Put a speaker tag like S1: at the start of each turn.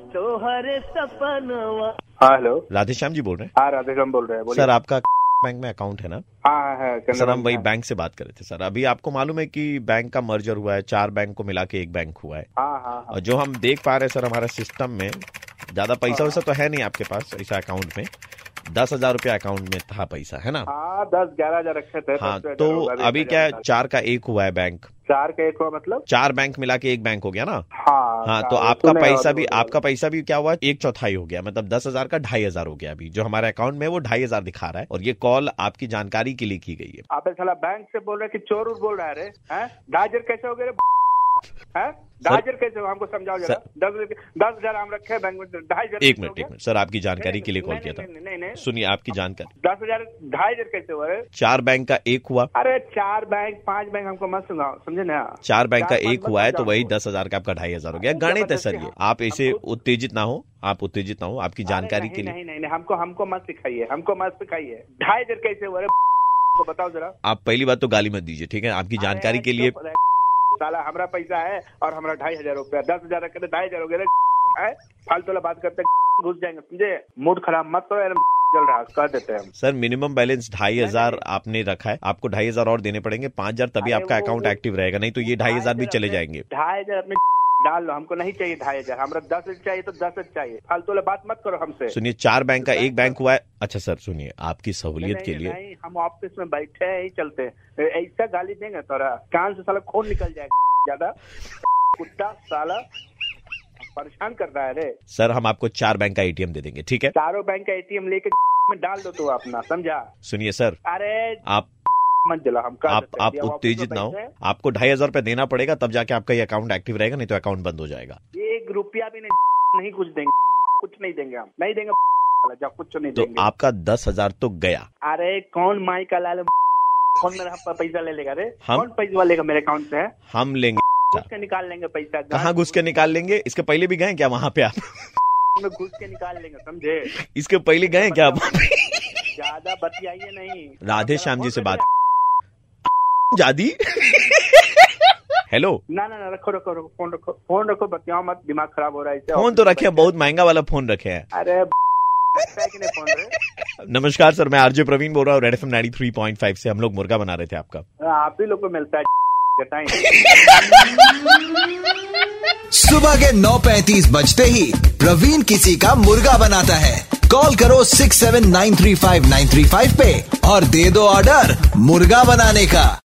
S1: अरे सपनवा
S2: हाँ हेलो
S3: राधेश्याम जी बोल रहे हैं
S2: हाँ राधेश्याम बोल रहे हैं बोलिए
S3: सर आपका बैंक में अकाउंट है ना
S2: हाँ हाँ है
S3: सर हम वही बैंक से बात कर रहे थे सर अभी आपको मालूम है कि बैंक का मर्जर हुआ है चार बैंक को मिला के एक बैंक हुआ है
S2: हाँ हाँ हाँ
S3: और जो हम देख पा रहे हैं सर हमारा सिस्टम में ज्यादा पैसा वैसा तो है नहीं आपके पास इस अकाउंट में दस हजार रुपया अकाउंट में था पैसा है ना
S2: हाँ दस ग्यारह हजार रखे थे
S3: हाँ
S2: सबसे अच्छा
S3: तो
S2: होगा भी ग्यारह
S3: अभी क्या है
S2: हजार।
S3: चार का एक हुआ है बैंक
S2: चार का एक हुआ मतलब
S3: चार बैंक मिला के एक बैंक हो गया ना
S2: हाँ
S3: हाँ तो
S2: चार,
S3: आपका
S2: सुने हैं
S3: पैसा
S2: और
S3: भी
S2: बोले।
S3: आपका पैसा भी क्या हुआ एक चौथाई हो गया मतलब दस हजार का ढाई हजार हो गया अभी जो हमारे अकाउंट में है, वो ढाई हजार दिखा रहा है और ये कॉल आपकी जानकारी के लिए की गई है
S2: आप साला बैंक से बोल रहे हैं कि चोर उर बोल रहा है रे हैं? गाजर कैसे हो गए रे हैं? गाजर कैसे हो हमको समझाओ जरा
S3: सर-
S2: दस रुपये दस हजार हम रखे हैं बैंक में तो ढाई हजार
S3: एक
S2: कैसे हो
S3: मिनट
S2: गया?
S3: एक मिनट सर आपकी जानकारी
S2: नहीं,
S3: के लिए कॉल
S2: नहीं,
S3: किया था
S2: नहीं, नहीं, नहीं, नहीं।
S3: सुनिए आपकी जानकारी
S2: दस हजार ढाई हजार कैसे हुआ रे
S3: चार बैंक का एक हुआ
S2: अरे चार बैंक पांच बैंक हमको मत सुनाओ समझे ना
S3: चार बैंक का
S2: चार पाँच
S3: एक हुआ है तो
S2: बच्चों
S3: वही
S2: को।
S3: दस हजार का आपका ढाई हजार हो गया
S2: अरे
S3: गणित है
S2: जबरदस्ती
S3: सर ये
S2: हाँ।
S3: आप ऐसे
S2: हमको-
S3: उत्तेजित ना हो आप उत्तेजित ना हो आपकी जानकारी
S2: अरे
S3: के
S2: नहीं,
S3: लिए
S2: नहीं नहीं नहीं हमको हमको मत सिखाइए हमको मत सिखाइए ढाई हजार कैसे हुआ रे को बताओ जरा
S3: आप पहली बात तो गाली मत दीजिए ठीक है आपकी जानकारी
S2: अरे तो
S3: के लिए
S2: चुप रहे, साला हमारा पैसा है और हमारा ढाई हजार रुपया दस हजार रखे थे ढाई हजार हो गए रे, हैं? फालतू वाला बात करते घुस जाएंगे समझे मूड खराब मत करो यार जल रहा कह देते हैं हम
S3: सर मिनिमम बैलेंस ढाई हजार
S2: नहीं।
S3: आपने रखा है आपको ढाई हजार और देने पड़ेंगे पाँच हजार तभी
S2: अरे
S3: आपका
S2: वो-
S3: अकाउंट
S2: वो-
S3: एक्टिव रहेगा नहीं तो ये ढाई हजार भी चले जाएंगे
S2: ढाई हजार अपने डाल लो हमको नहीं चाहिए ढाई हजार हमारा दस हजार चाहिए तो दस हजार चाहिए फालतू वाला बात मत करो हमसे
S3: सुनिए चार बैंक का
S2: बैंक
S3: एक बैंक हुआ है अच्छा सर सुनिए आपकी सहूलियत
S2: नहीं,
S3: के
S2: नहीं,
S3: लिए
S2: नहीं, हम ऑफिस में बैठे हैं, ही चलते हैं। ऐसा गाली देंगे तोरा कान से साला खून निकल जाएगा ज्यादा कुत्ता साला परेशान कर रहा है रे
S3: सर हम आपको चार बैंक का एटीएम दे देंगे ठीक है
S2: चारों बैंक का एटीएम लेके में डाल दो तू अपना समझा
S3: सुनिए सर
S2: अरे
S3: आप
S2: मत जला हम कह
S3: आप
S2: देते हैं,
S3: आप
S2: ये ऑफिस में
S3: उत्तेजित ना हो
S2: बैठे हैं,
S3: आपको ढाई हजार रुपया देना पड़ेगा तब जाके आपका ये अकाउंट एक्टिव रहेगा नहीं तो अकाउंट बंद हो जाएगा
S2: एक रुपया भी नहीं नहीं कुछ देंगे कुछ नहीं देंगे हम नहीं देंगे साला, जा कुछ नहीं
S3: तो
S2: देंगे
S3: आपका दस हजार तो गया
S2: अरे कौन माई का लाल कौन मेरा पैसा ले लेगा रे
S3: हम-
S2: कौन पैसा लेगा मेरे अकाउंट से हैं?
S3: हम लेंगे
S2: घुस के निकाल लेंगे पैसा
S3: कहाँ घुस के निकाल लेंगे इसके पहले भी गए क्या वहाँ पे आप
S2: में घुस के निकाल लेंगे समझे
S3: इसके पहले गए क्या आप
S2: मतलब ज्यादा बतियाइए नहीं तो
S3: राधे श्याम जी से बात जादी हेलो
S2: ना ना ना रखो रखो रखो फोन रखो फोन रखो बतियाओ मत दिमाग खराब हो रहा है इससे
S3: फोन तो रखे हैं, बहुत महंगा वाला फोन रखे हैं
S2: अरे रखता है कि नहीं फोन रे
S3: नमस्कार सर मैं आरजे प्रवीण बोल रहा हूँ red F nine three point five से हम लोग मुर्गा बना रहे थे आपका
S2: आप ही लोग को मिलता है बताएं
S4: सुबह के 9:35 बजते ही प्रवीण किसी का मुर्गा बनाता है कॉल करो 6793593 पे और दे दो ऑर्डर मुर्गा बनाने का